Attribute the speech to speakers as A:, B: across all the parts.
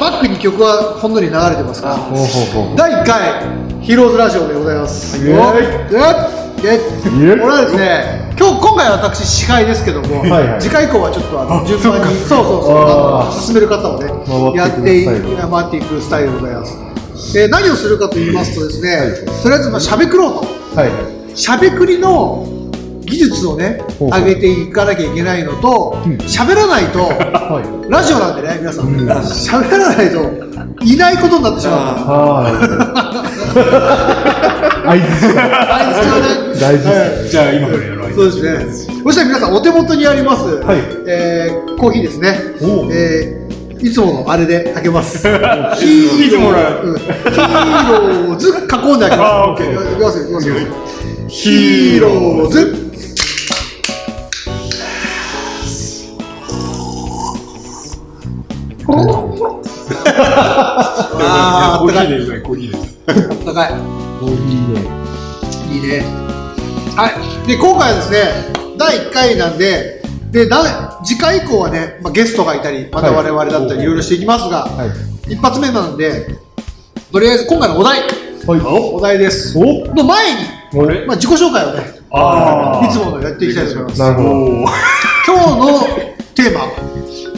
A: バックに曲はほんのり流れてますから
B: ほうほうほう
A: 第1回ヒーローズラジオでございます
B: イエーイ
A: イエーイ
B: イエーイ
A: これはですね今日今回私司会ですけども
B: はいはい
A: 次回以降はちょっとあの
B: あ
A: 順番に
B: そ
A: そう
B: か
A: うそうそう
B: あー
A: あの進める方をねや
B: 回っ
A: ってて
B: い
A: い
B: く
A: 回
B: スタイル
A: っていくスタイルでございますで何をするかと言いますとですねとりあえずまあしゃべくろうと
B: はい
A: しゃべくりの技術をね
B: ほうほう
A: 上げていかなきゃいけないのと
B: うん
A: 喋らない と
B: はい
A: ラジオなんでね皆さん
B: うん
A: 喋らないといないことになってしまうから
B: は
A: 大
B: い
A: 事ですよね
B: 大事
A: は
B: で
A: い
B: す
C: じゃあ今からやろう
A: そうですねそしたら皆さんお手元にあります、
B: はい
A: えーコーヒーですね
B: おう
A: えーいつものあれで開けます ヒーロー
C: いつもの
A: うんヒーローズ囲んで開けます
C: あーオッケー
A: いきますよいきますよヒー
C: ー
A: ロ
C: ロ
A: ー
C: ー
A: ズ あーあ
C: コ
A: っ
C: ー
A: たかい
C: ヒーでいいですねコーヒーです
A: あ ったかい
B: コーヒーで
A: いいね。はい。で、今回はですね、第1回なんで、で、だ次回以降はね、まあ、ゲストがいたり、また
B: は
A: 我
B: い
A: 々だったり、いろいろしていきますが、
B: はい
A: 一発目なんで、とりあえず今回のお題、
B: はい
A: お題です。
B: お
A: の前に、
B: お
C: れ
A: まあ、自己紹介をね、
C: あー
A: いつものやっていきたいと思います。
B: なるほど
C: お
A: 今
C: お
A: 日のテーマ、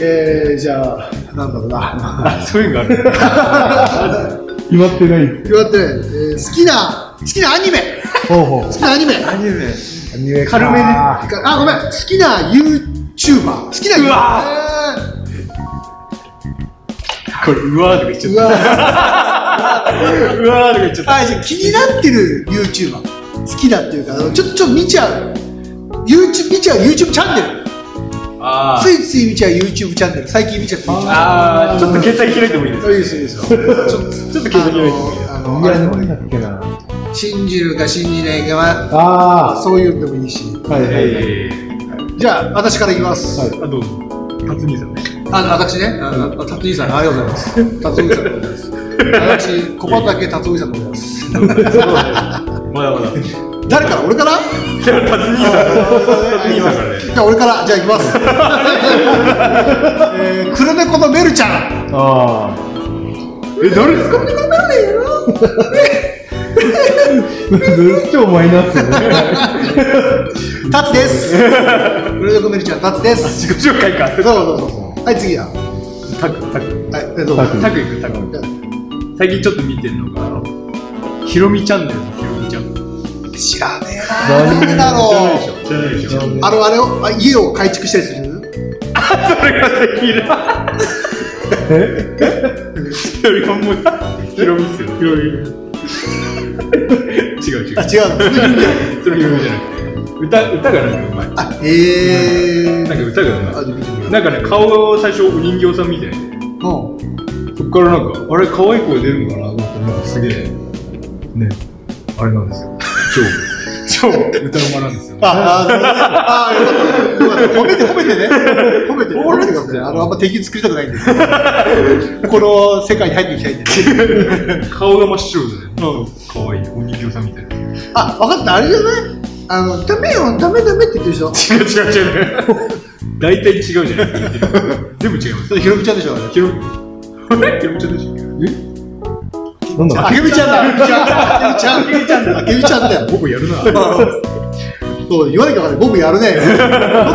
A: えー、じゃあ、なんだろうな。
C: そういうのがある
B: 決まってない
A: 言われて、えー好きな、好きなアニメ
B: ほうほう
A: 好きなアニメ
C: アニメ
B: アニメか
C: 軽めで
A: あ、ごめん、好きな YouTuber。好きな YouTuber。
C: うこれうわーとか言
A: え
C: っ
A: ー
C: ち
A: う
C: ゃっ
A: わ
C: たうわーとか言っちゃった
A: あ、じゃあ気になってる YouTuber。好きだっていうか、ちょっとちょっと見ちゃう。YouTube、見ちゃう YouTube チャンネル。
C: あ
A: ついつい見ちゃう YouTube チャンネル。最近見ちゃってる。
C: あーちょっと携帯開いてもいいです
A: いいです、いいですよ。ちょ
C: ちょっと携
A: あ
C: 帯開いてもいいです
A: の、あ
B: い
A: の、あ
B: や
A: れで
B: な
A: もい
B: ん
A: い
B: だっけな
A: 信じるか信じないかは、
B: あ
A: そういうのでもいいし。
B: あはいはいはい
C: え
A: じゃあ、私からいきます。
B: はい
C: ーあどうぞ辰巳さんね
A: あ、私ね、あの、辰巳さん、ありがとうございます。辰巳さんでございます。私、小畑辰巳さんでございます。
C: まだまだ
A: 誰から俺から
C: じゃあ辰巳さん辰巳さんからね
A: じゃあ俺からじゃあ行き ます、えー、黒猫のメルちゃん
B: あ
C: え誰ですか
B: あ超マイナスね
A: タツです黒猫メルちゃんタツです
C: 自己紹介か
A: そうそうそうそうはい次だは
C: タクタク
A: いえどうぞ
B: タク
C: タクいくタク最近ちょっと見てるのがあのひろみチャンネルのひろみちゃん
A: 知らね
B: 何
A: えな何だろう
C: じゃないでしょ
A: あのあれをあ家を改築したりする
C: それがセキラ
B: え
C: よりもヒロミっすよヒロミ違う違う
A: あ違う
C: それヒロミじゃなくて歌歌がなんかうまい
A: あえー、
C: なんか歌が
A: あ
C: う
A: で見てみ
C: ま
A: よ
C: いなんかね顔を最初お人形さんみたいで
A: ううん
C: そっからなんかあれ可愛い声出るんかなと思ってなんかすげえねあれなんですよ超超歌うまなんですよ
A: あ、あ、あ、よかった。よかった褒めて、褒めてね。褒めて。褒めてください。あの、あんま敵作りたくないんで。この世界に入っていきたいんで。
C: 顔が真っ白でね可愛いお人形さんみたいな違
A: あ、わかった、あれじゃないあの、ダメよ、ダメダメって言ってるでしょ
C: う違う違う大体違うじゃないです か全部違います
A: それひろみちゃんでしょあれ
C: ヒロミあれヒロミちゃんでしょ
B: なんだ
A: あけみちゃんだあけみちゃんだあけみちゃんだよ
C: 僕やるな。
A: そう、言わなきゃわかんない。僕やるね。なん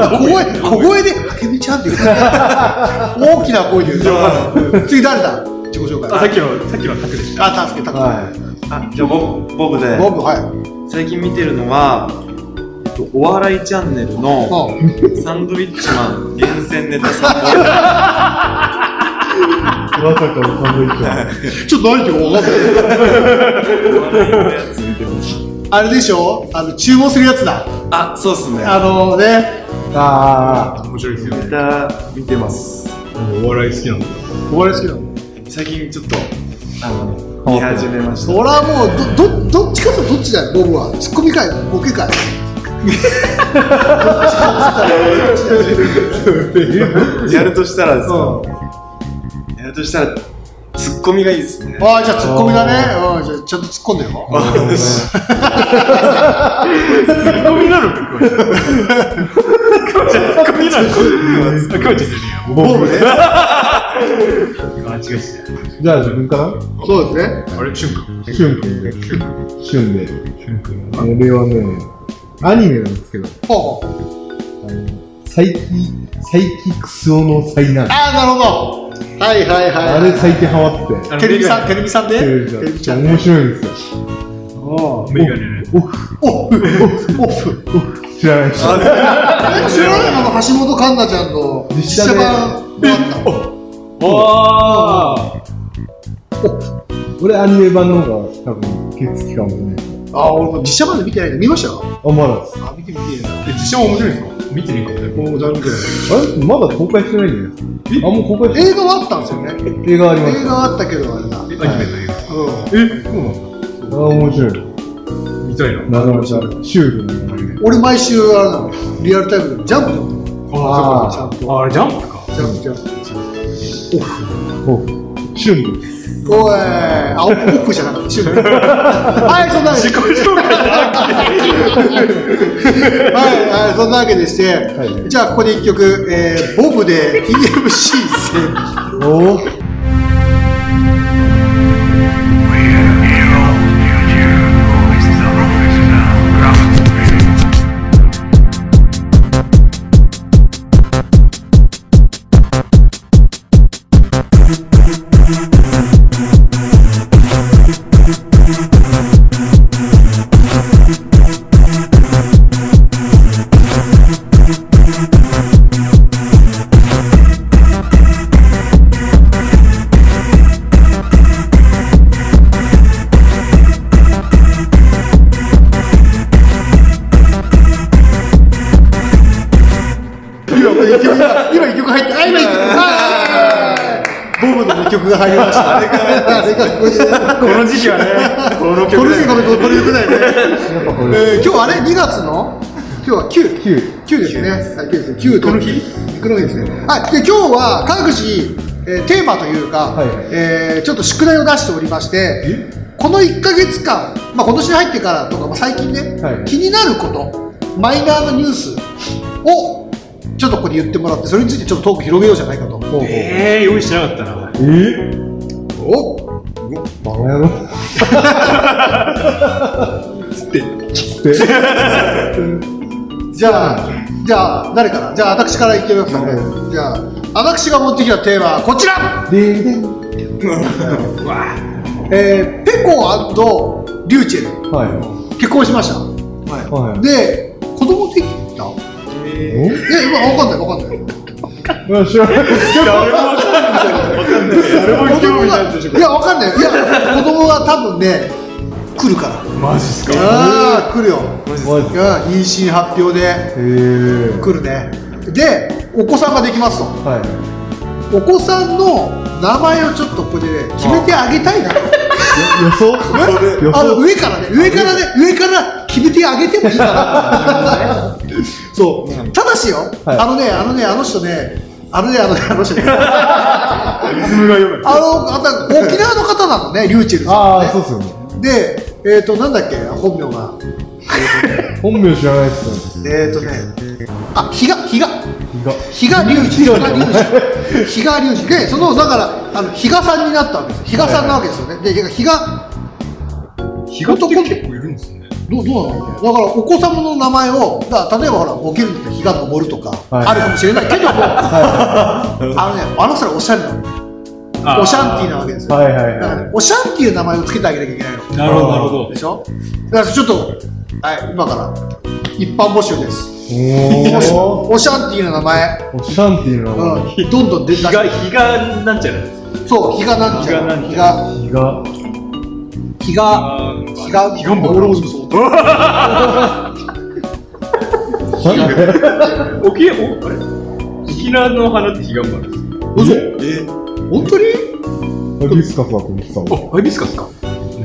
A: か小声、小声で、あけみちゃんって言う大きな声で言う。次誰だ自己紹介。
C: さっきの、さっきのタクでした。
A: あ、助けた。
B: は
D: あじゃあ僕僕で
A: ボブ、はい。
D: 最近見てるのは、えっと、お笑いチャンネルの
A: うん
D: サンドウィッチマン厳選ネタ3本
B: いまさかのサンドイッチマン
A: ちょっと何言ってるか分かんない。
D: お笑いのやつ見てます
A: あれでしょあの、注文するやつだ。
D: あそうっすね
A: あのね、
B: あ
C: 面白いですよ
D: ネ。タ見てます
C: お笑い好きなんだ。
A: お笑い好きなの
D: 最近ちょっと
B: ああの
D: 見始めました
A: そらもう、ど、ど、どっちかとどっちだよ、ボブは。ツッコミかい、ボケかい。
D: やるとしたらですかやるとしたらツッコミがいいですね
A: ああ、じゃあツッコミだね。うん、じゃあちゃんと突っ込んでよ。
C: ツッコミなのか、これ。これツッコみん な、コーチするよ。
A: ボールね。
C: 間違えした。
B: じゃあ自分から
A: そうですね。
E: あれ、チュン君。
B: シュン君。シュンで。
E: チュン君は
B: 俺はね、アニメなんですけど、
A: ほうほう。
B: あの、サイキ、サイキクスオの災難。
A: ああ、なるほど。はいはいはい。
B: あれ最近ハマってて。
A: テレビさん、テレビさんで
B: テレビ
A: テレビ
B: じ
A: さ
B: ゃ
A: ん
B: ん
A: で
B: 面白いんですよ。
E: メガネのやつ。
B: オフ、
A: オフ、オフ。
B: 知らない
A: え
B: 人。
A: 知らないあの橋本環奈ちゃんの実写版があった。
C: お
B: 俺アニメ版の方が多分受け付きかもね。
A: あー、俺も実写版で見てないの見ましたよ。
B: あ、まだです。
A: あ、見て見て。
E: え、自称面白いんですか見てねえかったよ。
A: もうだいぶくらい
B: あれまだ公開してないんじゃないですかあ、もう公開して
A: 映画はあったんですよね。
B: 映画あります
A: 映画はあったけど、あれだ。うん。
E: アニメの映
B: え、そうなんだ。あ、面白い。
E: 画。見たいな。
B: なかなかシュールなアニメ。
A: 俺毎週、あれなの、リアルタイムでジャンプ
B: あ
A: ちゃんと。
C: あれジャンプ か。
A: ジャンプ、ジャンプ。
B: おシュンです。
A: おい、あ、オフじゃなかった、シュート。はい、そんなわけで。はい、はい、そんなわけでして、
B: い
A: じゃあ、ここで一曲、えーボブで TMC 戦。
B: お
A: 今、これ一曲が、今一曲入って、あ、今一曲、はいボブの一曲が入りました。あれが、あれが、これで、
C: この時期はね、この
A: これ
C: 曲で
A: で、
C: す。
A: これ、これ、これ良く ないね。
B: やっぱこれ。
A: えー、今日あれ、2月の今日は9。
B: 9。
A: 九ですね。はい、九ですね。九と。この日。この日ですね。はい、で、今日は各自、えーテーマというか、
B: はいはい
A: えーちょっと宿題を出しておりまして。この1ヶ月間、まあ、今年に入ってからとか、まあ、最近ね、
B: はい
A: 気になること、マイナーなニュースを、ちょっとここで言ってもらって、それについてちょっとトーク広げようじゃないかと。
B: ほうほう。え
C: えー、用意してなかったな。
A: お
B: バカ野郎。つって。つって。
A: じゃあ、じゃあ、誰からじゃあ、私から言ってみますかね。じゃあ、私が持ってきたテーマはこちら
B: でんでん。
A: えー、ペコリューチェル。
B: はい。
A: 結婚しました。は。
B: はいい
A: で、子供できた。いや、今わかんない、わかんない。
B: およし。
A: 子供が、いや、わかんない。いや、子供が多分ね、来るから。
E: マジっすか
A: ああ、来るよ。
B: マジっす
A: うん、妊娠発表で
B: えー。
A: 来るね。で、お子さんができますと。
B: は
A: お子さんの名前をちょっとここでね、決めてあげたいなと。
B: い。予想予
A: あの
B: 想
A: 上からね、上からね、上から決めてあげてもいいかな。そう、ただしよ、
B: はい
A: あのね、あのね、あの人ね、あのね、あのね、あの人ね。あの、あた沖縄の方なのね、リューチェル
B: あ
A: さん、ね。
B: あ、そうっすよね。
A: で、えっ、と、なんだっけ、本名が。
B: 本名知らないっすよね。
A: えっ、とね、あ、比嘉、比嘉。
B: 意外
A: 比嘉隆二、比嘉隆二、比嘉隆二で、そのだから、あの比嘉さんになったわけです。比嘉さんなわけですよね。で、比嘉。
E: 日がって結構いるんですね。
A: どうどうなのだからお子様の名前をだから例えばほらボケるって日が昇るとか、
B: はい
A: あるかもしれないけども、あのねあの人らおしゃれなのおシャンティーなわけですよ、
B: はいはい
A: だから
B: は
A: ねおしゃんっていう名前をつけてあげなきゃいけないの
C: なるほど、なるほど
A: で。しょだからちょっとはい今から一般募集です
B: い。おー。
A: おしゃんっていう名前、
B: おシャンティーの
A: うん、どんどん出て
C: 日が、日がなんちゃらです。
A: そう日がなんちゃら
C: 比
A: 日
C: 嘉
A: が
B: 意が
A: 日が
C: あ
A: 日が
E: 比嘉も
A: 俺もそう
C: 沖縄、おあれ沖縄の花ってヒガンバです。
A: 嘘
D: え
A: 本当に
B: ハビスカスだと思ってたもん。
C: お、ハイビスカスか。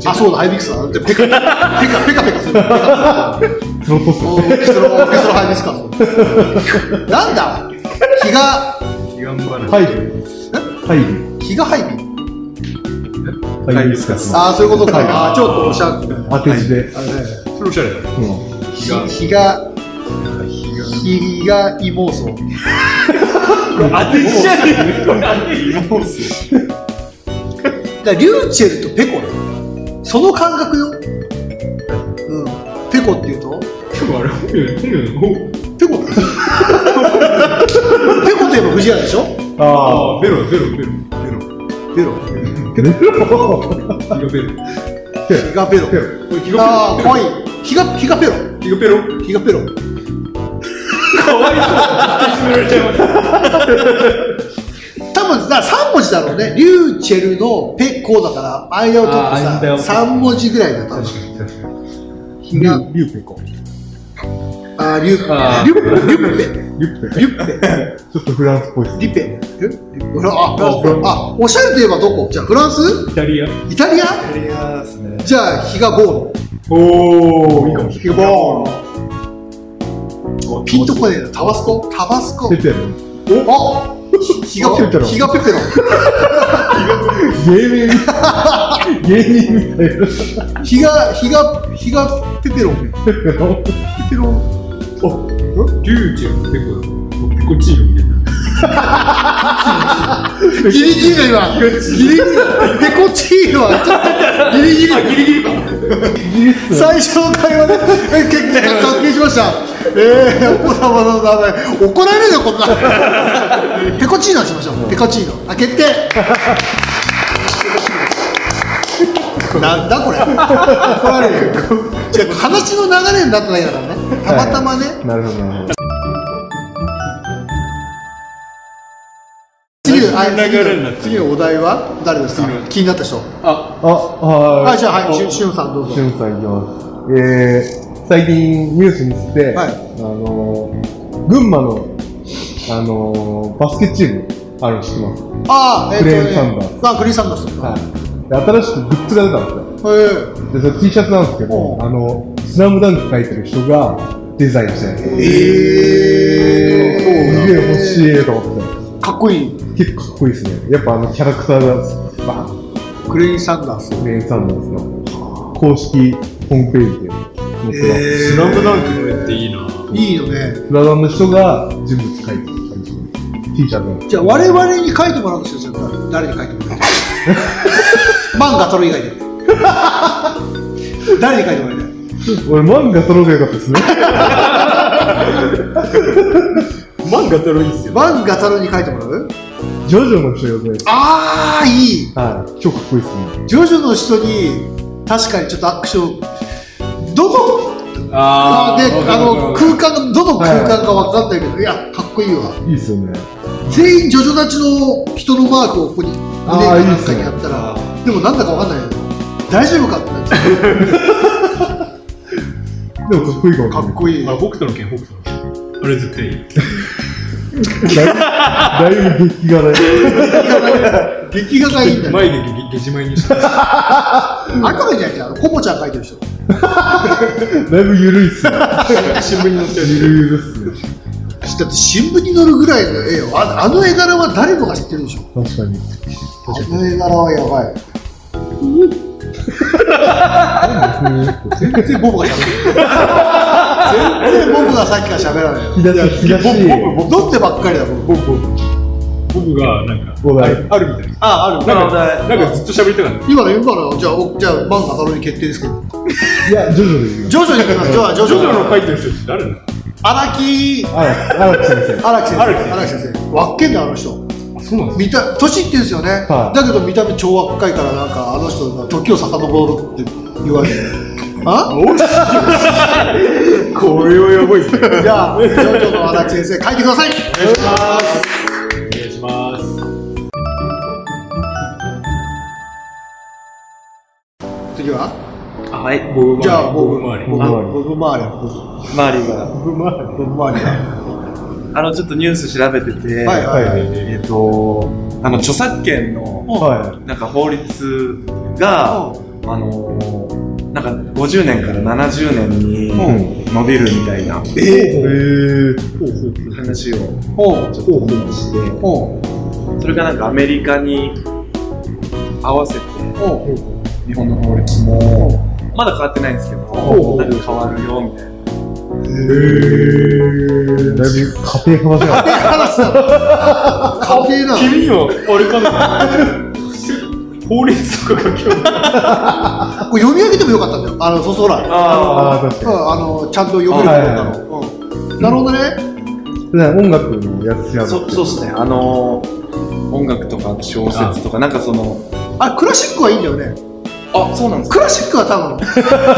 A: あそうだハイビクスだだってペカペカペカペカする
B: スロットっすよ
A: オーケストラオーケストラハイビスカスなんだ日が
E: ヒガンバナ。
B: ハイビュー。ハイビュ
A: 日がハイビ
B: ー。ハイビスカスの
A: ああそういうことか
B: はい
A: ああーちょっとおしゃれ
B: 当て字で。
A: あれね
E: それおしゃれだね。
B: うん
A: 日が
E: ヒガ
A: 胃が胃妄想。
C: 当てじゃねえこれ当てじゃね
A: だからリューチェルとペコよ。その感覚よ。うん。ペコっていうと
E: でもあれ本名本名の
A: ペコ ペコといえば藤原でしょ
B: ああ。
E: あベロベロベロ
A: ペロ。
E: ヒガベロ
A: ヒガペロ。
E: これヒ
A: あ
E: ガ
A: あ、
E: ペ
A: か
E: ロ
A: わいい。ヒガ、ヒガペロ。
E: ヒガペロ
A: ヒガペロ。多分さ、3文字だろうね。リューチェルのペコだから、間を
C: あー間
A: 取
C: を
A: って
C: 取って
A: さ、3文字ぐらいだと
E: 確
A: 思
E: かに確かに
A: う。ヒガ、
B: リュウペコ。
A: あー、リュッ
C: あー
A: リュッリュッペ。
B: リュウペ
A: リュッペ。
B: コ。ちょっとフランスっぽいですね。
A: リペ。えあああ、おしゃれといえばどこじゃあフランス
C: イタリ
A: イ
C: ア
A: タリア
D: タリアですね。
A: じゃあヒガボー
E: おおいいかもしれ
A: ヒガボーピンとこねえな。タバスコタバスコ
B: ペペロ。
A: あヒガペ
B: ペペロン
A: ヒガペペロン
B: 芸人みたい。芸人みたいな。
A: ヒガ、ヒガ、ヒガペペロン。ペ
B: ペペロ。
A: ペロン。
E: ないリューチェルペコペコチーノみたいな
A: ギリギリだ今。ギリギリ。ペコチーノはちょっとギリギリ。
C: ギリギリか
A: 最初の会話で、え結構関係しました。ええー、お子様の名前、怒られるよ、こんな。ペコチーノにしましょう。ペコチーノ。あ、決定。なんだこれ。怒られるよ。違う話の流れになっただけだからね。たまたまね。
B: なるほど、なるほど。
A: 次の、あ次の、次のお題は誰ですか気になった人。
C: あ
B: あ、は
A: あ、じゃあ、はい、しゅしゅんさんどうぞ
B: しゅ。んさんいきます。えー、最近ニュースにして、
A: はい
B: あのー、群馬の、あのー、バスケチームあるの知ってます。
A: あー、えっとね
B: クレーンサンダー
A: あ、クリーンサンダース。
B: はい。で、新しくグッズが出たんですよ。
A: え
B: で、それ T シャツなんですけど
A: う、ん
B: あの、スラムダンク書いてる人がデザインしてるんですよ。
A: ーえ
B: すげえ
A: ー。
B: 欲しいと思って。
A: かっこいい。
B: 結構かっこいいですね。やっぱあのキャラクターが、バーン
A: クレインサンダース。
B: クレーンサンダースの公式ホームページで載ってます。
C: スラムダンクの絵っていいない
A: いよね。
B: フラダンの人が人物書いてる感じの T シャツなんです
A: じゃあ、我々に書いてもらうんですよ、絶対誰に書いてもらう 漫画撮る以外で。 誰に書いてもらいたい
B: 俺漫画撮ろうがよかったですね
C: 漫画たらいいっすよ
A: 漫画撮るに書いてもらう
B: ジョジョの人呼んで
A: あー、いい。
B: はい超かっこいいですね
A: ジョジョの人に、確かにちょっとアクション、どの、
C: あ
A: で、
C: わか
A: あ
C: るわかる
A: の、
C: わかる
A: 空間が、どの空間かわかんないけど、いや、かっこいいわ。
B: いいですよね
A: 全員ジョジョ立ちの人のマークをここに
B: あー
A: 胸かない
B: い
A: ん
B: っ
A: か
B: す
A: に
B: ね
A: やったらでもなんだかわかんないけど大丈夫かってなっちゃう
B: でもかっこいいかもしれ
A: か
B: ない
A: っこ いい
E: あ北斗の剣北斗の剣あれ絶対いい
B: だいぶ激辛い
A: 劇画がいいんだよ
E: 眉毛ゲゲジ前にして
A: 赤目じゃないじゃんコボちゃん描いてる人
B: だいぶ緩いっすね
E: 新聞に載ってる
B: ゆるゆるっすね
A: だって新聞に載るぐらいの絵よああの絵柄は誰もが知ってるでしょ
B: 確かに
A: あの絵柄はやばい全然ボブがしゃ べる全然ボブがさっきからしゃべらないよ
B: 引き出し引き出し
A: 乗ってばっかりだもん
E: 僕僕がなんか
B: お題
E: あるあるみたいな
A: あある
C: なるほ
E: なんかずっと喋りたかった
A: 今の今のじゃあおじゃあ漫画のに決定ですけど
B: いやジョジョでいいよ
A: 徐々に行きます。徐々
E: ジョジ
A: に。
E: ョの書いてる人って誰なの
A: 荒木、
B: あ荒木先生
A: 荒木先生。
E: 荒木先生
A: 荒木先生。わっけんだ、あの人。
E: あそうなん
A: 見た、年いってんですよね。
B: はい
A: だけど見た目超若いから、なんか、あの人が時を遡るって言 われて。あ
E: すかこれはやばいっすね
A: じゃあ、ジョジョの荒木先生、書いてください。
C: お願いします
A: 次は
C: はい
E: 僕
A: じゃあ、
E: 僕
A: 僕、
E: 周り
A: 僕、
B: 僕周り
A: 僕周りは、
D: 周りが。
A: 僕周り。僕周りは。
D: あの、ちょっとニュース調べてて、
A: はいはいはい。
D: えっ、と、あの、著作権の、
B: は
D: なんか法律が、あのーなんか50年から70年に伸びるみたいな
B: えー
D: 話を
A: おう
D: ちょっと見まして、
A: おう
D: それがなんかアメリカに合わせて、
A: おう
D: 日本の法律も、まだ変わってないんですけど、なんか変わるよみたいな
B: だいぶ家庭派だよ。
A: 話だろ家庭なの
C: 君にもあれかなほうれん草が今日
A: これ読み上げてもよかったんだよあのそうそうら
B: ああ、確
A: うん
B: か
A: あのちゃんと読めるようになったのうんなるほどね
B: に。ね音楽のやつや
D: そそうですねあのー音楽とか小説とかなんかその
A: あれクラシックはいいんだよね
D: あそうなんですか
A: クラシックは多分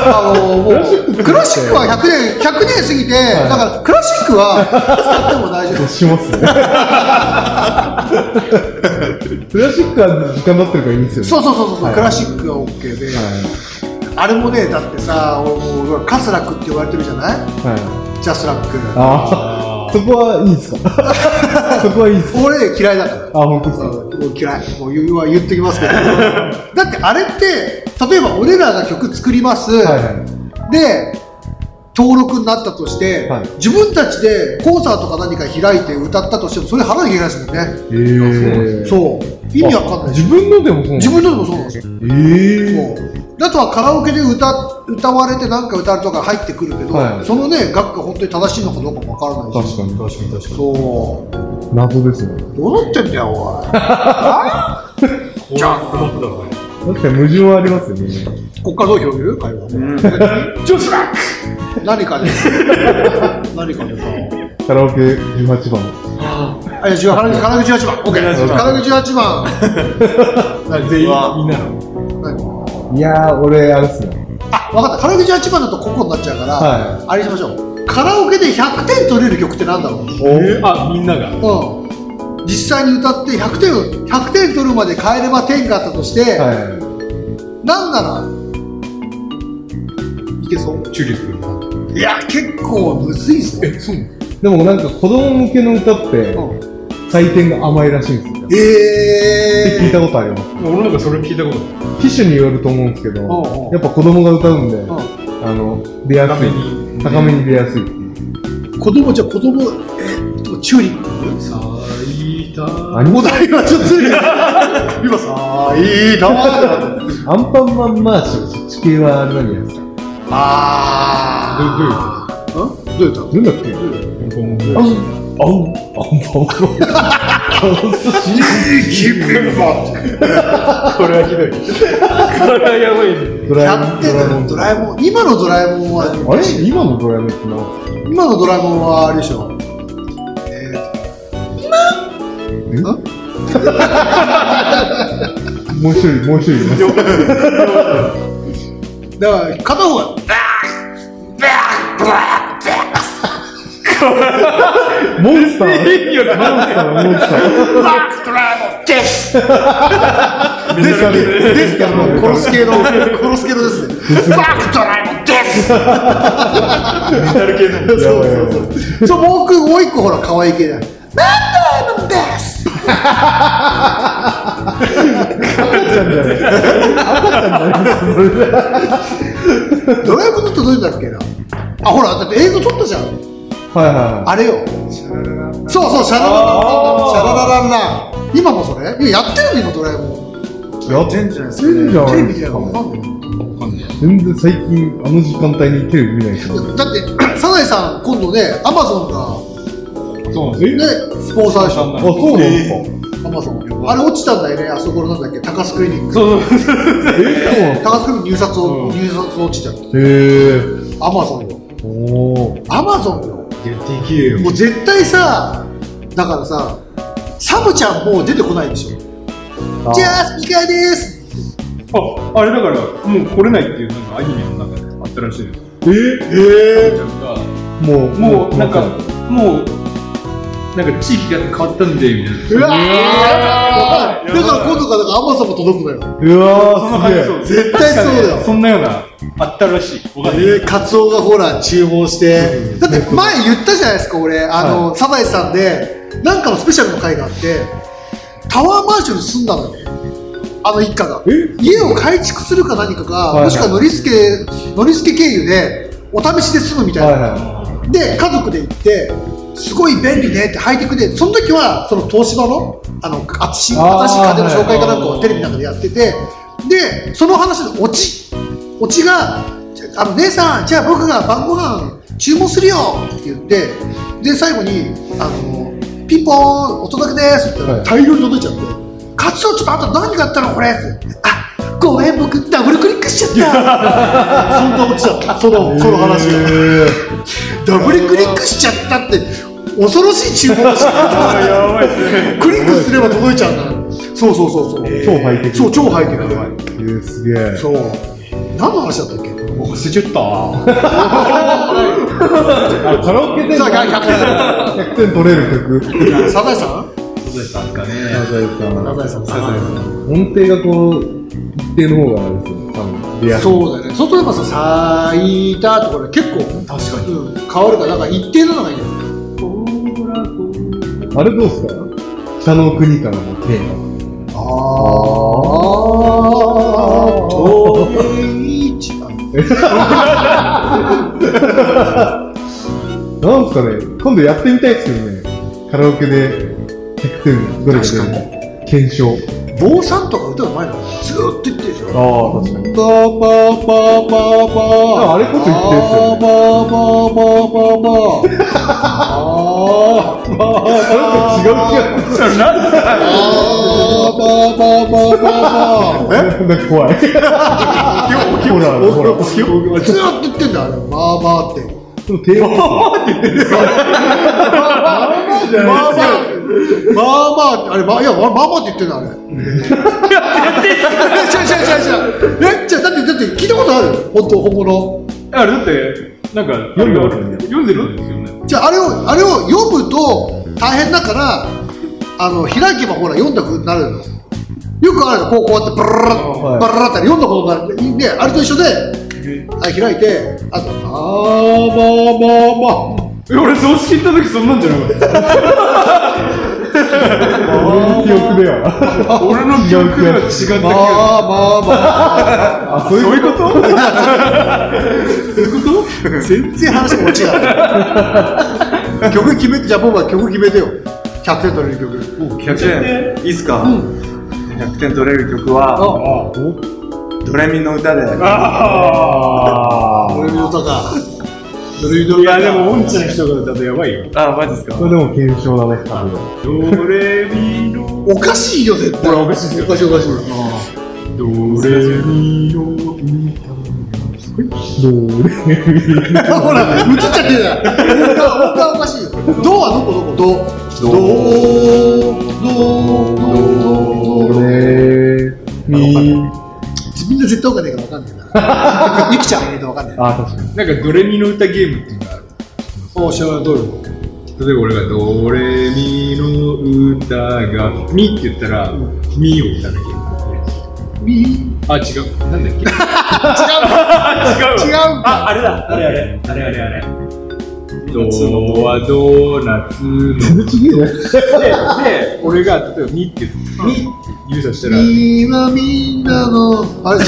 A: あのもうクラシックは100年100年過ぎてだからクラシックは使っても大丈夫
B: しま すね。クラシックは時間だってるからいいんですよね。
A: そうそうそうそう、クラシックは OK で、あれもねだってさ俺もうカスラックって言われてるじゃない
B: はい。
A: ジャスラック
B: ああ、そこはいいで すかそこはいいですか
A: 俺ね嫌いだから
B: あ、本当ですか
A: もう嫌いもう言うは言っときますけど だってあれって例えば俺らが曲作ります、
B: はいはい。
A: で登録になったとして、
B: はい
A: 自分たちでコンサートか何か開いて歌ったとしてもそれ払わなきゃいけないですもんね、
B: えー
A: そう意味わかんない
B: 自分のでもそうなん
A: 自分のでもそうなんですよ
B: ええ
A: もうあとはカラオケで歌歌われて何か歌うとか入ってくるけど、
B: はい
A: そのね楽が本当に正しいのかどうかもわからないし
B: 確かに確かに確か
A: そう
B: に。謎ですね。
A: どうなってんだよお い
C: こうなったから
B: 確かに矛盾はありますよね。
A: こっからどう広げる会話、
C: ジョスラック
A: 何かで 何かでさ
B: カラオケ18番。
A: あいや違う原口原口18番 OK 原口18番 何全員
C: みんなの
A: 何
B: いやー、俺、あれっすね。
A: あ分かった原口18番だとここになっちゃうから、
B: は
A: あれにしましょうカラオケで100点取れる曲ってなんだろう
B: お
C: えあみんなが
A: うん、実際に歌って100点を100点取るまで帰れば点があったとして、
B: は
A: なんならいけそう
C: チューリップ
A: いや結構むずいっすね、
C: えそうなの
B: い。でもなんか子供向けの歌って
A: うん、
B: 採点が甘いらしいんですよ。
A: え
B: 聞い
A: ー
B: たことあります。
C: 俺なんかそれ聞いたことない
B: 機種によると思うんですけど
A: うんうん、
B: やっぱ子供が歌うんで、
A: う
B: あの、出や
C: 高
B: す
C: め
B: い。
C: に
B: 高めに出やすいっていう。
A: 子供じゃあ子供えーっとチューリッ プ
C: 咲いた
B: アニ
A: お
B: メ
A: 題はちょっ とずれ今さあいいな
B: アンパンマンマーシュ、そっち系はあれなんじゃないですか。
A: ああどういう歌
B: なんだっけあん、あん、アンパンマン。
C: これはひどいこれはやばいね
B: ドラえ
A: や
B: もん。
A: ってんだよド
B: ドラ
A: ラえもん今のドラえもんは
B: えもんあれ今のドラえもんってなんですか
A: 今のドラえもんはあれでしょえーと
B: もう一人、もう一人います。
A: んだから片方が
B: モンスター。
C: いや
B: モンスター、モンスター。
A: ですかね。ですかね。コロスケの、コロスケのですね。
B: そうそうそう。
A: そう、僕、もう一個ほら、可愛い系だ。ドラえもんってどういうんだっけな。あ、ほら、だって映像撮ったじゃん。
B: はいは
A: あれよ。そうそう、シャララランラン。シャララランラン。今もそれ今やってるの今、ドラえもん。
B: いはい。やってんじゃないですか。やってんじゃ
A: テレ
B: な
A: ビ
B: い
A: じゃないかわかんない
B: 全然最近、あの時間帯にテレビ見ないですよ。
A: だって、サザエさん、今度ね、アマゾンが、
C: そうなん
A: ね、スポンサーでしょ。
B: あ、そうなんですか。
A: アマゾン。あれ落ちたんだよね、あそこのなんだっけ、高須クリニック。
C: そうそう
B: え、そうなんですか。
A: 高須クリニック入札を、
C: うん
A: 入札落ちちゃった。
B: へ
A: アマゾンよ。
B: ー。おー。
A: アマゾンよ。
C: やっていけよ
A: もう絶対さだからさサムちゃんもう出てこないでしょ
B: あ
A: じゃあスピカーです
C: あ、あれだから、もう来れないっていう、なんかアニメの中であったらしいです。
B: えー、
C: え
B: えもう、
C: ー、もう、なんか、もう、なんか地域が変わったんで、みたいな。
A: うわー
C: やばい
A: だから今度からだからアマゾンも届くのよ
B: うわー、すげえ。
C: う
A: 絶対そうだよ
C: 確かねそんなような、あったらしい。わかんない。
A: えー、カツオがほら注文してだって前言ったじゃないですか俺あの、サザエさんでなんかのスペシャルの回があってタワーマンションに住んだのよあの一家が
B: え
A: 家を改築するか何かが、
B: はい
A: もしくはノリスケノリスケ経由でお試しで住むみたいな、
B: はいは
A: で家族で行ってすごい便利ねってハイテクでその時はその東芝のあの新
B: あ
A: 新
B: ー
A: しい家電の紹介かなんかをテレビの中でやっててでその話のオチオチがあの姉さんじゃあ僕が晩ご飯注文するよって言って、で、最後に、あの、ピンポーン、お届けですって言ったら、
B: はい
A: 大量に届いちゃって、カツオ、ちょっとあと何があったのこれってあ、ごめん、僕、ダブルクリックしちゃ った。そんな落ちだった。その、その話が。ダブルクリックしちゃったって恐ろしい注文をして やばいですねクリックすれば届いちゃうんだそうそうそうそう、
B: 超ハイテク
A: そう超ハイテク、
B: えーすげえ
A: そう何の話だったっけ
C: もう忘れちゃった。
B: あカラオケ店
A: さあ
B: 100
A: 100
B: 点取れる
A: 点
B: 曲
A: サザエさん
C: そうでしたんですかね。
B: サザエさ
A: サザエさん
B: ん
A: サザエさ
B: 音程がこう一定の方があれですよ多分リア
A: ん
B: ル
A: そうだねそうすればさ「さいた」とかね結構確かに、うん変わるからなんか一定なのがいいよ
B: あれどうすか北の国からのテーマ
A: ああ遠い一番
B: なんすかね今度やってみたいですよねカラオケで100点どれが出るか検証
A: 坊さんとか歌う前のずーっと言ってるでしょ
B: ああ確か
A: パパパパパパあれこそ言ってんすよね
B: に
A: パパパパパパ
B: あれと違う気が
A: あーパパパパパ
B: えなんか怖 いほらほら
A: パずーっと言ってんだあれバーバーって
B: でもテーマ
A: バーバーバーバーってあれバいや俺バーバーって言ってんだあれ違う違う違う違うえ違うだってだって聞いたことある本当本物
C: あれだって、なんか、
B: 読んでますよね
C: 読んでるんですよね。
A: じゃああれをあれを読むと大変だからあの開けばほら読んだくなるのよくあるのこうこうやってバララッ、
B: はい
A: バララッって読んだことになるねあれと一緒で、はい、開いてあと「あーまあまあまあ」
C: え俺、葬式行った時そんなんじゃなかっ
B: 俺の記憶では
C: た。 俺の記憶では違った気
A: まあ
C: が。
A: まあまあ
B: あそういうこと
A: 全然話が落ちない曲決めてじゃあ僕は曲決めてよ100点取れる曲
D: 100点いいっすか、100点取れる曲は「ドレミの歌で」
A: ド
C: あ
A: レミの歌かドレミの
C: あ。
A: 歌
C: いや、
A: か
C: でも、音痴の人が歌うとやばいよ。
D: あマジっすか
B: これでも検証だね多分
C: ドレミの、
A: おかしいよ絶対
C: ほらおかしいっすよ
A: おかしいおかしい
C: ドレミの、
B: どうね
A: ほら、映っちゃってるじゃん。僕はおかしいよ。どうはどこどこどう。どう。どう。どう。
B: ねみ
A: みんな絶対わかんないからわかんないから。ゆきちゃん入れてわかんない。
B: あ確かに
C: なんかドレミの歌ゲームっていうのがある。
A: おしゃどうよ。
C: 例えば俺がドレミの歌がミって言ったらミを歌わなき
A: み。違う。
C: ゃいけない。あ、違う。なんだっけ。
A: 違うか。
C: あれだ。あれあれ。あれあれあれ。ドはドーナツの。
B: ちげえね
C: で、俺が例えばミって言う。ミって言うとしたら。
A: みはみんなの。あれ、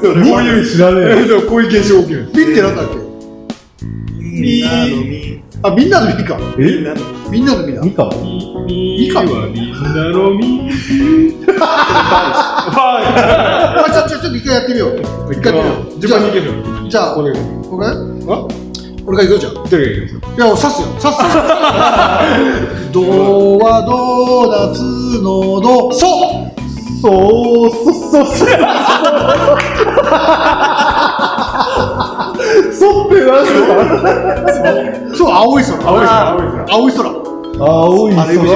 A: 違う。
B: こういう知らねえ
C: そうこういう現象起きるんです。
A: みってなんだっけ。
C: ミ
A: あ、みんなのみか。
B: え
A: みんなのみだ。
B: みか
C: ミはみんなのミ。
A: あ、じゃあ、ちょっと一回やってみよう。一回やってみよう。
C: 順番にいけるよ。
A: じゃあ、
C: これ。
A: 俺。俺が行くじゃん。
C: 誰がいるんです
A: いや、刺すよ、刺す。ドはドーナツのド、ソ
B: そうそうそうそうって なんすか
A: そう、青い空。青い青
C: 空
A: い空。青い
B: 青い
A: あれ見てる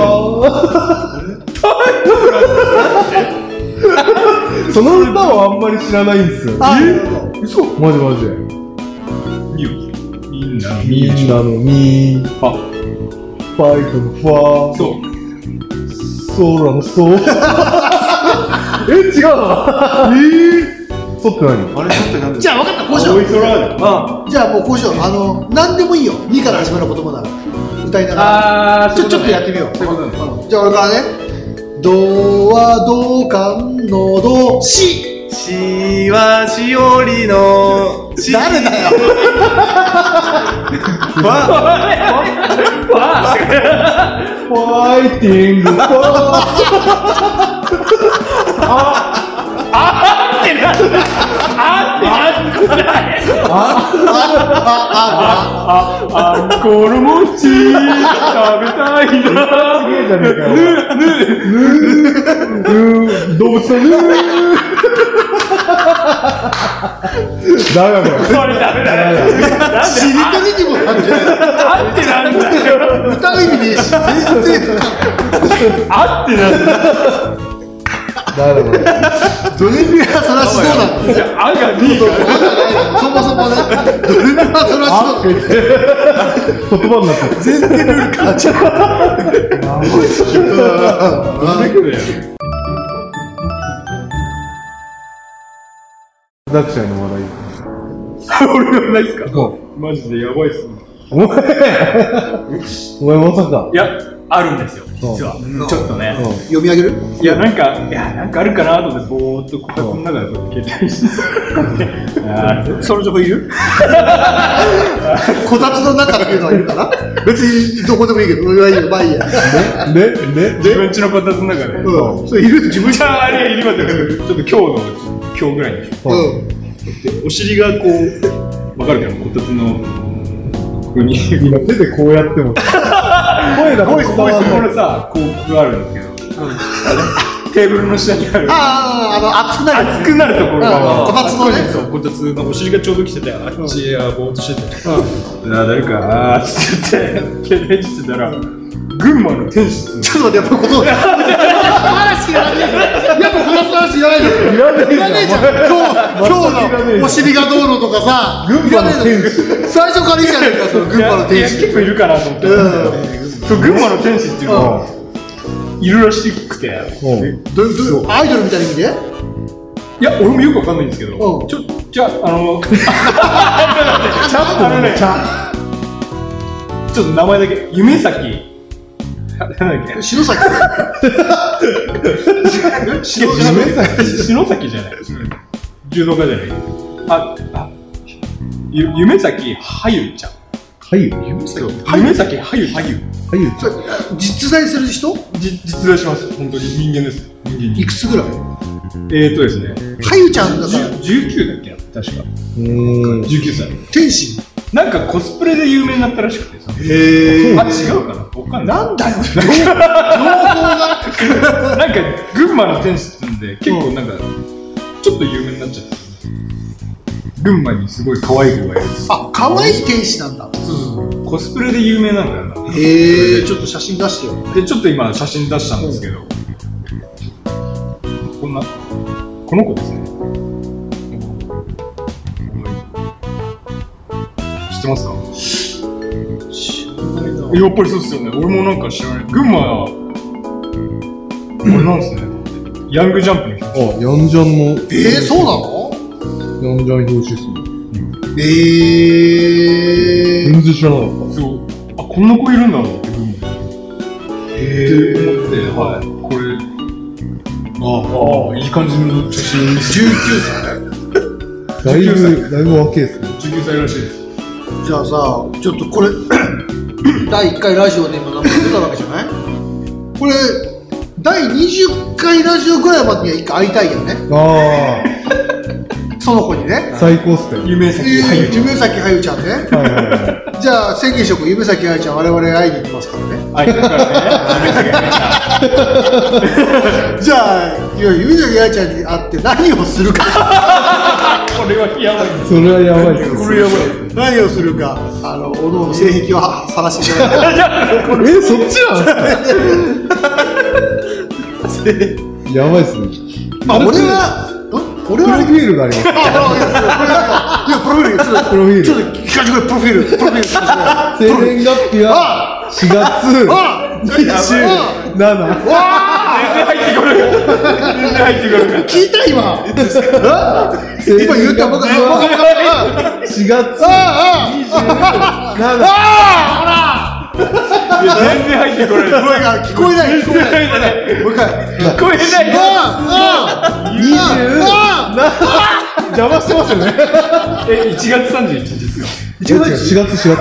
B: 空 その歌はあんまり知らないんですよ
A: あ、え嘘
B: マジマジ
C: ミを。みんなの
B: み
C: ミ。
B: んなのみ
C: あ、
B: ファイトのファ
C: そう。
B: 空のそう え違う なえー、そって何
D: あれちょっとなんだ
A: じゃあ、分かった、こうしよう。
C: 空
D: あ
A: じゃあ、もうこうしよう。あの、なんでもいいよ。2から始まる言葉なら。歌いながら。
C: あ
A: ちょ、ちょっとやってみよう。
C: そういうことね
A: うんじゃあ、俺からね。ドはドカンのド、シ
D: しわしおりのし
A: 誰 だよ。
B: ファイティングファー
A: あ
E: あんころ餅食べたいな
B: すげえじゃねえかよ。ぬ、ぬ、ぬ、動物のぬダメだよ。
E: これダメだよなんで
A: 知りためにもなってない
E: あってなんだよ
A: 歌う意味ねえし全然
E: あってなんだよ
B: ダメだよ。
A: ドレミはそらしそうだって
E: じゃあ「あ」が2が
A: そもそもねドレミはそらしそうだって
B: トップバンになってる。
A: 全然ルール変わっちゃう。
B: プロダクションの話題。
C: マジでやばいっすね。
B: お前、お前まさか。
E: いやあるんですよ実はちょっとね
A: 読み上げる
C: いや、なんか、いや、なんかあるかなと思って、ぼーっとこたつの中でこうやって携帯 して。あー
A: その情報いるこたつの中っていうのはいるかな別にどこでもいいけど、俺はいいよ、まあいいや。
B: で、で、
C: 自分家のこたつの中で。
A: うん。それいる自分
C: じゃあ、あれ、いりますよ。ちょっと今日の、今日ぐらいに。
A: うん。
C: でお尻がこう、わかるかな、こたつの、ここに、
B: 手でこうやっても。声だ
C: こう
B: と
C: いう、
B: 伝
C: こう
B: わ
C: い
B: ら
C: う、こ
B: ない。
C: れさ、こう、あるんですけど、あのテーブルの下にある、
A: ああ、あの、熱くなる。
C: 熱くなるところ
A: うん
C: が、
A: こたつのね
C: あそこにそうこたつのお尻がちょうど来てて、あっちはぼーっとしてて、あー誰か、あーっつって、携帯してたら、群馬の天使って
A: ちょっと待って、やっぱこの、話いらないやっぱこの話いらないじゃん。いらねえじゃん。今日、今日のお尻がどうのとかさ、群馬の天使。最初からいいじゃないか、その群馬の
C: いや
A: 天
C: いや
A: 使。
C: 結構いるかなと思って、そう群馬の天使っていうのがいるらしくて、
B: うん
A: どういうどういうアイドルみたいな意味で
C: いや、俺もよくわかんないんですけど、
A: うん
C: ちょ、じゃあ、あの、ちょっと待ってあのね、ちょっと名前だけ、夢咲、あれなんだっけ、
A: 篠崎。
C: 篠崎篠崎じゃない、柔道家じゃない、あ、あ、ゆ夢咲はゆちゃん。
B: はいよ。は
C: 夢咲はゆはゆ。
B: いよ。
A: 実在する人
C: じ実在します、本当に人間です。人間に
A: いく。つぐらい
C: えーっとですね、
A: はゆちゃんだから、
C: じゅ19だっけな、確か。
B: うーん。
C: 19歳。
A: 天使。
C: なんかコスプレで有名になったらしくてさ。
A: へ
C: あ、違うかなわかんない。
A: なんだよ、情報が。
C: なんか群馬の天使ってんで結構なんかちょっと有名になっちゃった群馬にすごい可愛い子がいる
A: あ、可愛い天使なんだ。
C: そうそうそうコスプレで有名なんだよな
A: へえ、ちょっと写真出してよ。
C: でちょっと今写真出したんですけどこんなこの子ですね知ってますかやっぱりそうですよね俺もなんか知らない群馬はこれなんですねヤングジャンプの人
B: あ、ヤンジャンの。
A: えー、そうなの
B: ヤンジャン表紙っすね。
A: えー、
B: 全然知らなかっ
C: そうあこんな子いるんだろうって群馬
A: え
C: 思って、はい、これ、ああ、いい感じの写真、19
B: た。だいぶ、だいぶ若いっすね。
C: 歳、19歳らしいです。
A: ー、じゃあさ、ちょっと これ、第1回ラジオで今名前出たわけじゃないこれ、第20回ラジオぐらいまでには一回会いたいよね。
B: あ
A: その子にね
B: あ、。最高っすね。
C: 夢
A: え
C: 先俳優
A: ー、夢咲はゆちゃんね。
B: はいはいはい。
A: じゃあ、宣言しとく夢咲はゆちゃん、我々会いに行きますからね。
C: はい、だからね、
A: じゃあ、いや夢咲はゆちゃんに会って何をするか。
C: これはやばいで
B: それはやばいっすね。
C: す。これやばいです。
A: 何をするか、あの、おのおの性癖をさらしていただいて。
B: え、そっちなん すかやばいっすね。
A: まあ、俺は、ん俺は
B: プロフィールがあります。
A: いや、プロフィール、ちょっと、
B: プロフィール
A: ちょっと、聞かせてくれ、プロフィール、プロフィール、聞かせて
B: 生年月日は
A: あ
B: 4
A: く
B: 月
A: れ。あ
B: 27
C: 全然入ってくる。
A: 聞いた今今言った僕が、僕が、僕が、あ
B: 4月
A: あ、ああ、
B: 7
C: 全然入ってこない。
A: 声が聞こえない、聞こえない。もう一回。
C: 聞こえない。
A: ああ、ああ、
B: 20
A: ああ、
B: 邪魔してますよね
C: え、1月31日ですよ。
B: 4月4月4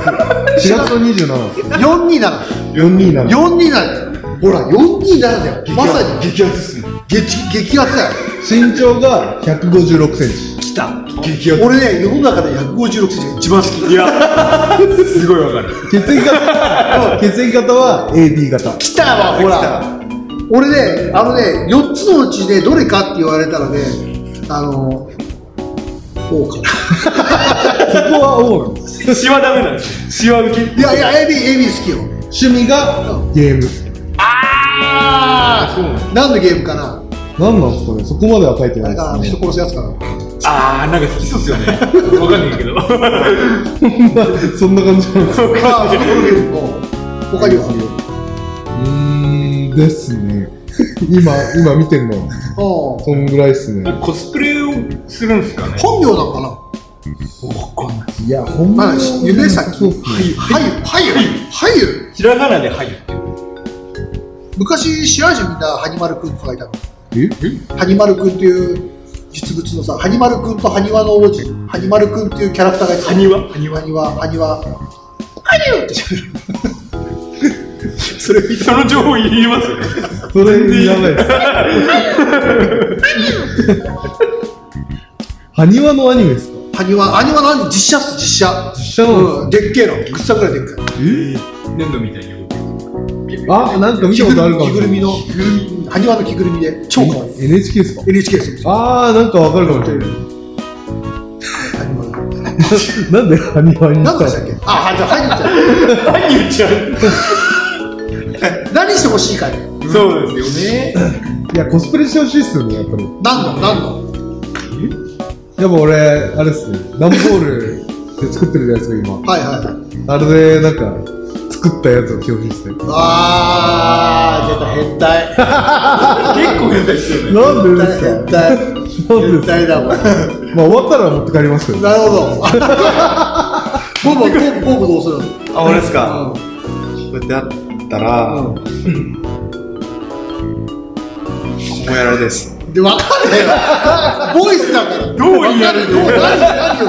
B: 月の27です
A: 四二七、
B: 427
A: 四二七。ほら、四二七だよ。まさに、
C: 激アツっすね。
A: 激、激アツだよ。
B: 身長が156センチ
A: 汚た
B: 激アツ
A: 俺ね世の中で156センチが一番好きいや
C: すごいわかる。
B: 血液型血液型は AB 型
A: 来たわほら俺ねあのね4つのうちねどれかって言われたらねあのこうか な
B: そこは O なんです
C: シワダメなんですよ。シワ受け。
A: いやいや AB, AB 好きよ
B: 趣味がゲーム
A: ああ何のゲームかな
B: 何なんですかねそこまでは書いて
A: あ
B: な
A: れか
B: い
A: な
B: です
A: 人殺
B: ね
A: すやつかな
C: あー、なんか好きそうっすよね。わかんないけど。
B: そんな感じなんですかう
A: ああそのゲームと他には
B: ーんですね今今見てんの
A: ああ
B: そんぐらいっすね
C: コスプレをするんですかね。
A: 本名なのかない
B: やほん
A: ま
B: ま
A: あ
B: に
A: 夢咲
B: そうっすね
A: 俳優俳優俳優
C: ひらがなで入ってる。
A: 昔白石みんなはにまるくんとかいたの
B: え
A: はにまるくんっていう実物のさはにまるくんとはにわの王子はにまるくんっていうキャラクターがいてはにわはにわはにわはにわはにって喋るそれ見
C: その情報言います
B: それやばいです埴輪のアニメですか
A: はにわはにわの実写っす実写
B: 実写なの
A: うんでっけえのぐっさぐらいでっかい
C: 粘土みたいに動く。
B: あなんか見たことあるかも
A: 着ぐるみの着ぐるみはにわの着ぐるみで超可愛い
B: NHK ですか
A: NHK です
B: あーなんかわかるかもしれない
A: はにわ
B: なんで埴輪に
A: 何でし
B: し
A: た
B: た
A: っ
B: の
A: けあ、はじゃあ、はにちゃん。はにちゃん。何してほしいかね。
C: そうですよね。
B: いやコスプレしてほしいっすよねやっぱりやっ
A: 何の、何の。
B: ぱ俺あれっすね段ボールで作ってるじゃないですか
A: はいはい。
B: 今あれでなんか作ったやつを着てほしいっすね
A: あー、出た、変態。
C: 結構変態ですよね。
B: なんでです
A: 変
B: か
A: 態。
B: なんでで
A: 変
B: すか
A: 態だもん。
B: まあ終わったら持って帰りますけど
A: なるほど。ボブ、ボブ、ボブどうするの
D: あ、俺ですか。
A: うん
D: こうやってやったら、
A: うん
D: こうやられです。
A: で、わかんないよ。ボイスだから。
C: どうやる
A: の何よ、何よ、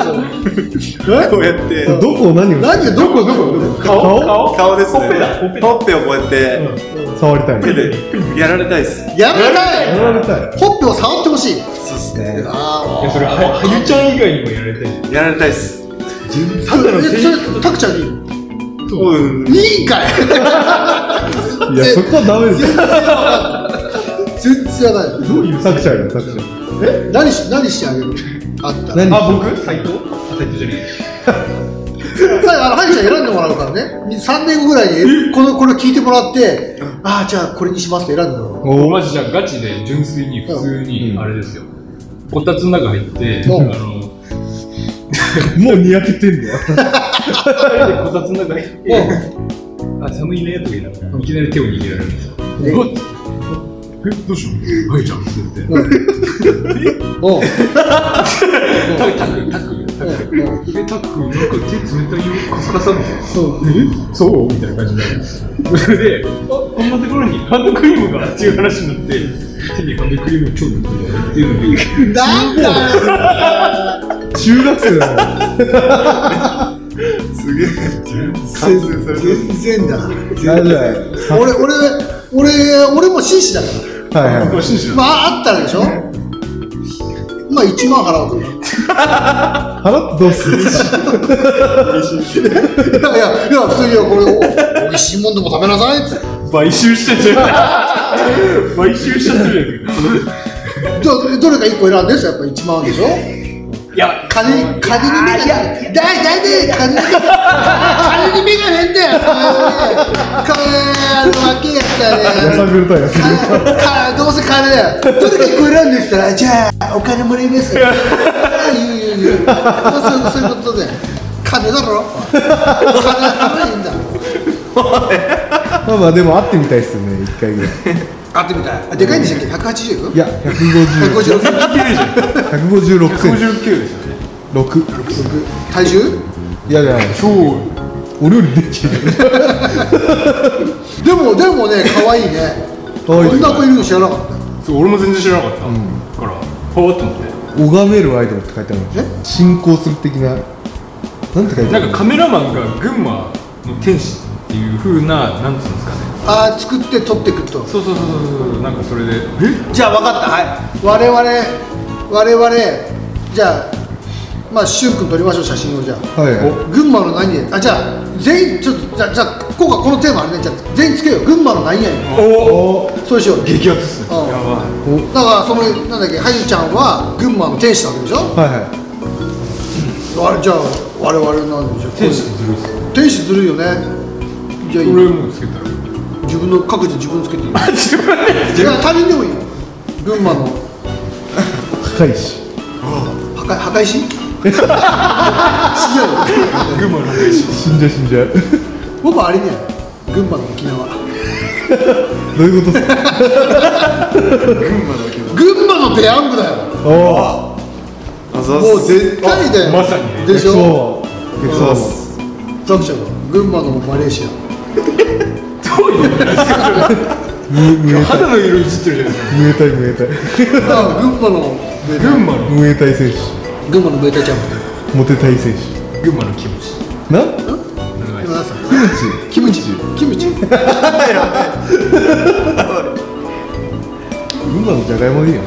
D: こうやって、
B: どこを何を
A: 何よ、どこ、どこ、どこ。
C: 顔顔
D: 顔ですね。
C: ほっぺだほっぺだ
D: ほっぺをこうやって、
B: 触りたい
D: 手でやられたいです。
A: やめた
B: や
A: い。
B: られたい
A: ほっぺを触ってほしい。
D: そうですね。
A: あ
C: いやそれは、はゆちゃん以外にもやられたい。
D: やられたいです。
A: ー、それ、それ、タクちゃんでいいの
D: うん。
A: いいんかい
B: いやそこはダメですよ
A: 全然わかんない。
B: 作者が作者
A: 何し、何してあげるあったら。
B: 何
C: あ、僕斎藤あ斎藤じゃね
A: さあ、あの、歯医者選んでもらうからね。3年後ぐらいに、この、これを聞いてもらって、ああ、じゃあこれにしますって選んでもらう。
C: え。
B: お
C: マジじゃん、ガチで純粋に普通に、あれですよ。こたつの中入って、あ
A: うん
B: も
C: の、
B: うにやけてんだよ
C: 二人でこたつの中入って、あ、寒いねとか言いながら、いきなり手を握られるんですよ。
A: え
C: うわっえ、どうしたのはい、じゃんって言って。
A: おう
C: タク、タク、タク、タク。え、タク、なんか手冷たいよ、カサカサみたいな。えそうみたいな感じで。それで、あ、こんなところにハンドクリームがっていう話になって、手にハンドクリームをちょっと塗ってっていうので。
A: なんだよ
B: 中学生だ
D: すげえ。
A: 全然だ。
B: もんあれだよ
A: 俺、俺、俺、俺も紳士だか
B: はいはい
C: おしいじゃ
A: ら。
C: ん。
A: まあ、あったらでしょまあ、1万払おう
B: 払ってどうする
A: と。 いやいや、いや、普通によ、これ、お美味しいもんでも食べなさいって。
C: 買収しちゃってる。買収しちゃってるや
A: じゃあどれか1個選んでさ、やっぱ1万でしょ
C: つ。いや、
A: 金に、金に目がね、だいだいで、金に、金に目がねえんだよ。これ、あの、若いやつ
B: や
A: だ
B: さ
A: ね。
B: ぐれたやつ
A: かどうせ金だよ。どれか1個選んできたら、じゃあ、お金もらいますよ。言う言う言う。まあそうそういうことで、金だろ。金払えんだ。
B: まあまあでも会ってみたいっすよね一回ぐらい
A: あってみたい。あでかいんでしたっけ、1 8 0
B: いや150
A: 150
B: 156センチ
C: 59ですよね。
B: 6
A: 体重
B: いやいや
C: 超、
B: 俺よりでっけえ
A: でもでもね可愛いね
B: 可愛い
A: こんな子いるの知らなかった
C: そう俺も全然知らなかった。から、ほーっと思って。
B: 拝めるアイドルって書いてある
A: え
B: 進行する的ななんて書いてあ
C: な
B: る
C: んかカメラマンが群馬の天使っていう風な、なんつうんですかね。
A: ああ作って撮ってくと
C: そうそうそうそうそう、なんかそれで。え
A: じゃあ分かったはい我々我々じゃあまあしゅん君撮りましょう写真をじゃあ
B: はいはい
A: 群馬の何々あじゃあ全員ちょっとじゃあじゃあ今回このテーマあれねじゃあ全員つけよう群馬の何々
B: お
A: そうしよう
E: 激アツっすね
A: うんだからそのなんだっけハギちゃんは群馬の天使なわけでしょ
B: はい
A: あれ
B: はい
A: じゃあ我々なんでしょう
C: 天使ずるいっすよ
A: 天使ずるいよねじゃあいい
C: 俺もつけたら
A: 自分の各自自分つけていい自分でいや他人でもいいよ群馬の
B: 深いし
A: 破壊破壊神違うよ
B: 死んじゃう死んじゃう
A: 僕はあれね群馬の沖縄
B: どういうことですか
A: 群馬のペヤングだよ
B: おお
D: あざっ
A: もう
D: す
A: 絶対だよ
C: まさにね
A: でしょ
B: そう激走
A: 作者が群馬のマレーシ
C: 肌の色いじってるじゃないですか
B: ムエタイムエタイ
A: アだから群馬のベ
C: 群馬の
B: ムエタイ選
A: 群馬のベータジャンプ
B: 手モテタイ選
C: 群馬の気持ち
B: 手な
A: 今何歳キムチキムチキムチ
B: 群馬のじゃがいもでいいやん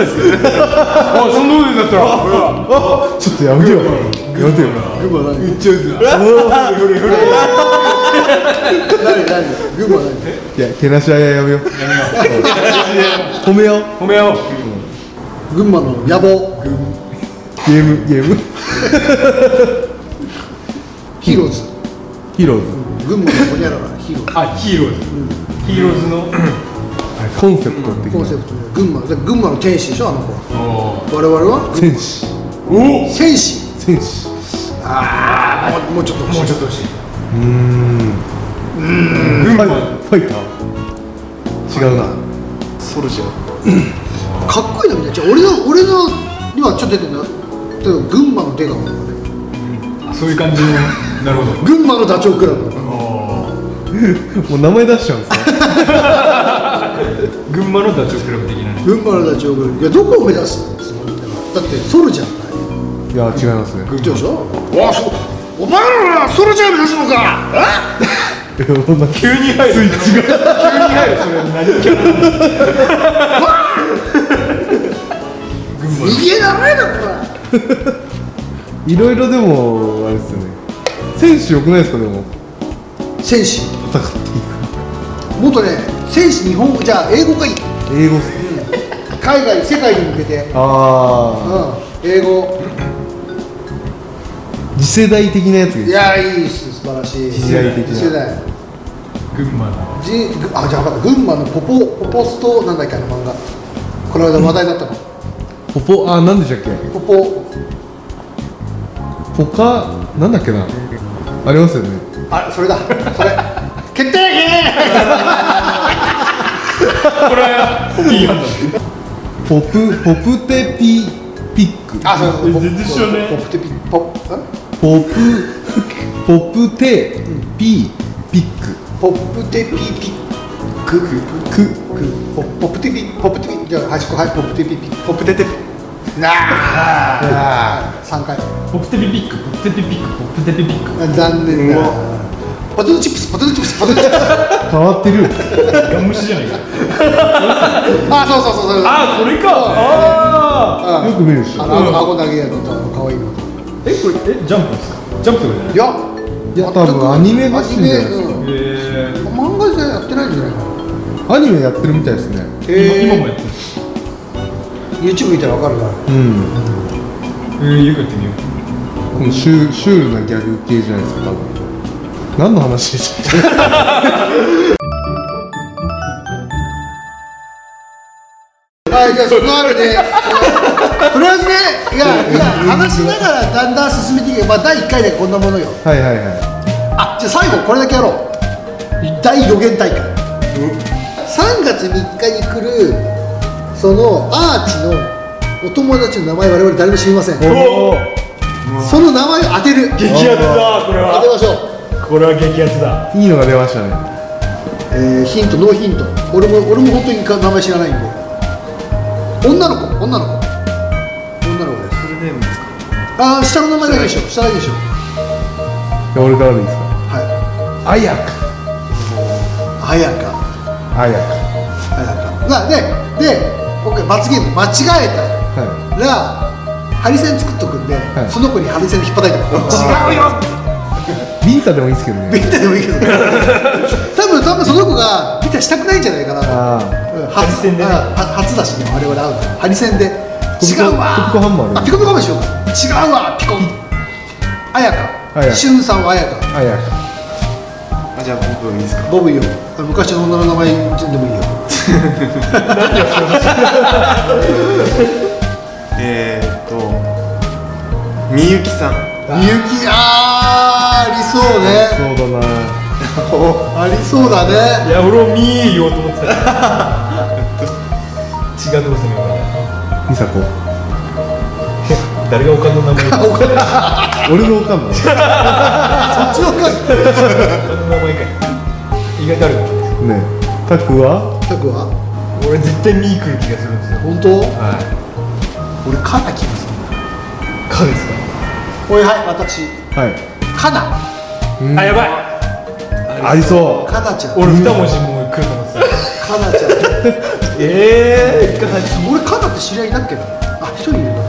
C: あその上だったら俺は
B: ちょっとやめてよやめてよ
A: 群馬 何
C: 言っちゃうやつだ
A: 何何群馬何
B: いやけなしあややめよう褒めよう
C: 褒めよう
A: 群馬の野望
B: ゲームゲーム
A: ヒーローズ
B: ヒーロー
A: 群馬のホニャララヒーロー
C: あヒーローズヒーローズの
B: ズコンセプト的
A: コンセ
B: な
A: プトで群馬だから群馬の天使でしょあの子は我々は
B: 戦士
A: 戦士
B: 戦士
A: ああもうちょっと欲しい
C: もうちょっと欲しいう
B: ーん
C: 群馬
B: ファイファイター違うな
D: ソルジャー
A: かっこいいなみんなじゃあ俺の俺の今ちょっと出てるの例えば群馬の出川とかね
C: そういう感じのなるほど
A: 群馬のダチョウ倶楽部とか
B: もう名前出しちゃうんですね
C: 群馬のダチョウ倶楽部的なね
A: 群馬のダチョウ倶楽部いやどこを目指すつもりだからだってソルジャーだよ
B: いや違いますね
A: 言ってるでしょあそお前らはソルジャー目指すのか
B: そんな急に入るスイッチが
A: 逃げられなこれ
B: いろいろでもあれですよね選手良くないですかでも
A: 戦士
B: 戦ってい
A: もっとね戦士日本語じゃあ英語がいい
B: く英語っすね
A: 海外世界に向けて
B: ああ
A: うん英語
B: 次世代的なやつがいい
A: いやいいっす素晴らしい
B: 次世代的な
A: 次世代
C: 群馬の
A: じあじゃあ分かった群馬のポポポポストなんだっけあの漫画この間話題だったの、
B: ポポあ何でしたっけ
A: ポポ
B: ポカなんだっけなありますよね
A: あそれだそれ決定
B: ポプポプテピピック
A: あそうそう
C: 全然知らねえ
A: ポプテピポん
B: ポプポプテピピック
A: ポプテピピクククポポプテピポプテピじゃあ端っこはいポプテピピポプテテピなあ三回
C: ポプテピピックポプテピピックポプテピピック
A: 残念だポテトチップスポテトチップスポテトチップス
B: 変わってるよ
C: ガン虫じゃないか
A: あそうそうそうそう
C: あこれかああ
B: よく見るでし
A: あ
B: ょ
A: の顎顎投げやるのと可愛いの
C: えこれえジャンプですかジャンプとかじゃない
A: いや
B: いや多分アニメが好きじゃないですか
A: アニメうん
C: えー
A: 漫画じゃやってないんじゃないかな
B: アニメやってるみたいですね
C: 今今も
A: え
C: やってるえ
A: YouTube 見たらわかるから
B: うん
C: ーよくやってみよう
B: このシュシュールなギャグ系じゃないですか多分何の話でしたっ
A: はいじゃあその わけでとりあえずねいやいや話しながらだんだん進めていけばまあ第1回でこんなものよ
B: けはいはいは
A: あじゃあ最後これだけやろう大予言大会3月3日に来るそのアーチのお友達の名前我々誰も知りません
B: い
C: おお
A: その名前を当てる
C: 激アツだこれ
A: 当て
C: は
A: ましょう
C: これは激アツだ
B: いいのが出ましたね
A: えーヒントノーヒント俺も俺も本当に名前知らないんで女の子女の子女の子です
D: フルネームです
A: あ
D: か
A: あ下の名前だけでしょ下だけでしょ
B: じゃあ俺からでいいですか
A: はい
B: あやか
A: あやか
B: あやか
A: あやかなでで僕罰ゲーム間違えた
B: は
A: らハリセン作っとくんで、
B: い
A: その子にハリセン引っ叩いてもらう違うよ
B: い。ビンタでもいいですけど
A: ビ
B: ね。
A: ンタでもいいけど多分多分その子がビンタしたくないんじゃないかな
B: あ
A: うん初で、ね、初だしね我々会うのハリセンで
B: ピ
A: 違
B: コ
A: うわ
B: ピコハンマ
A: あ
B: ーで
A: ピコピコハンマーしようか違うわピコあや
B: あや
A: かしゅんさんはあやか
B: あ。あいや。
D: あじゃあ僕いいですか
A: ボブいいよあの昔の女の名前でもいいよ
D: えー、っとみゆきさん
A: みゆきあーありそうね
B: そうだな。
A: ありそうだね
C: や、俺も見えようと思ってた。違うとこですね、
B: ミサコ。
C: 誰がおかんの名前 か。
A: お金
B: 俺のおかん も。ね。
A: あっちのか
C: おかんの名前か。意外とあるな
B: タクは。
A: タクは
C: 俺絶対見ー来る気がするんですよ。
A: 本当
C: は
A: 俺カナ気がする
C: い。かですか。
A: おいはい私
B: はい。
A: カナ
C: あ、やばい。
B: ありそ
A: カナちゃん
C: 俺二文字もう来ると思ってた。
A: カナ ちゃん
C: ええー、かな
A: 俺カナって知り合いいなっけなあ一人いるなそうだ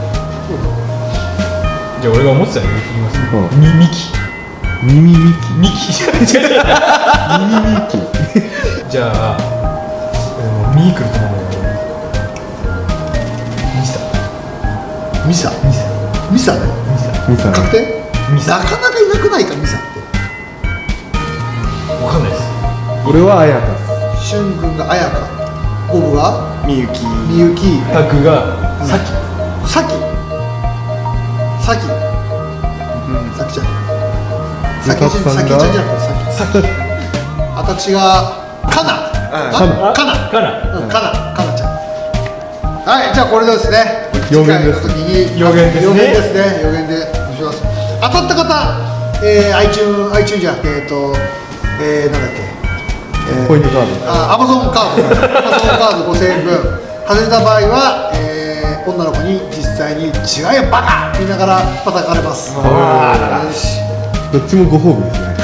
C: じゃあ俺が思ってたよ、言いますね
B: う。
C: み、みき。
B: う。耳ミ
C: みき じゃない。違う違うじゃあ、うんミー来ると思うよ。ミサ。
A: ミサ
C: ミサ。
A: ミサだよ
C: ミサ。
B: キ。ミサ。
A: 確定
C: ミサ
A: なかなかいなくないかミサって
C: わかんないです。
B: 俺はあやか。
A: シュン君が綾香ボブが
D: みゆき
A: みゆき
C: タクが
A: さきさきさきうんさきちゃんさきちゃん
B: ゆかさんが
A: さきちゃんじゃなくてさきさき私がかな
D: うん
A: かなかな
C: かな
A: うんかなかなちゃんはいじゃあこれでですね
B: 予言です
A: 次回の時に
C: 予言ですね
A: 予言ですね予言でお願いします当たった方、えー、iTunes, iTunes じゃなくてえっとえー、なんだっけえー
B: ポイントカード。
A: あアマゾンカードアマゾンカード5000円分外れた場合は、えー女の子に実際に「違えよバカ!」って言いながら叩かれますよし
B: どっちもご褒美ですね。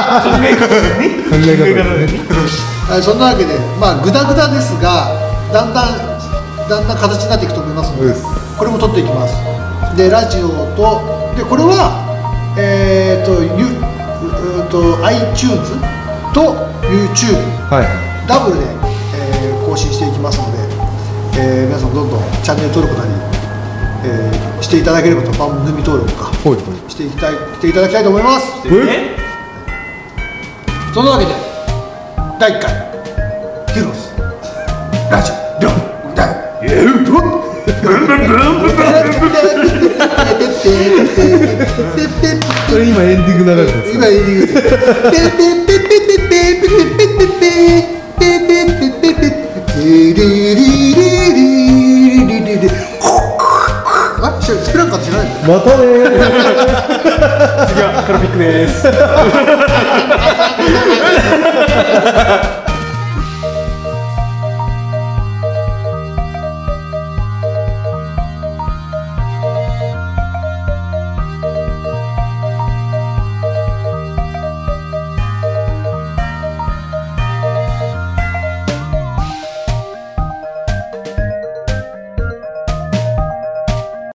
B: 考え方ですね。
A: はいそんなわけでまあグダグダですがだんだんだんだん形になっていくと思いますので
B: そうです
A: これも撮っていきますでラジオとでこれはえっ、とゆうーと iTunes と YouTube
B: は
A: ダブルで、えー更新していきますので、えー皆さんどんどんチャンネル登録なり、えーしていただければと番組登録とか
B: い。ほいほい。
A: していきたいしていただきたいと思います
B: え
A: そんなわけで第1回ヒロスラジオドンダン
B: それ今エンディング流れてるんです
A: 今
B: か
A: エンディングですあっスペランカ ー知らない
B: またねー。
C: 次はカルピックです。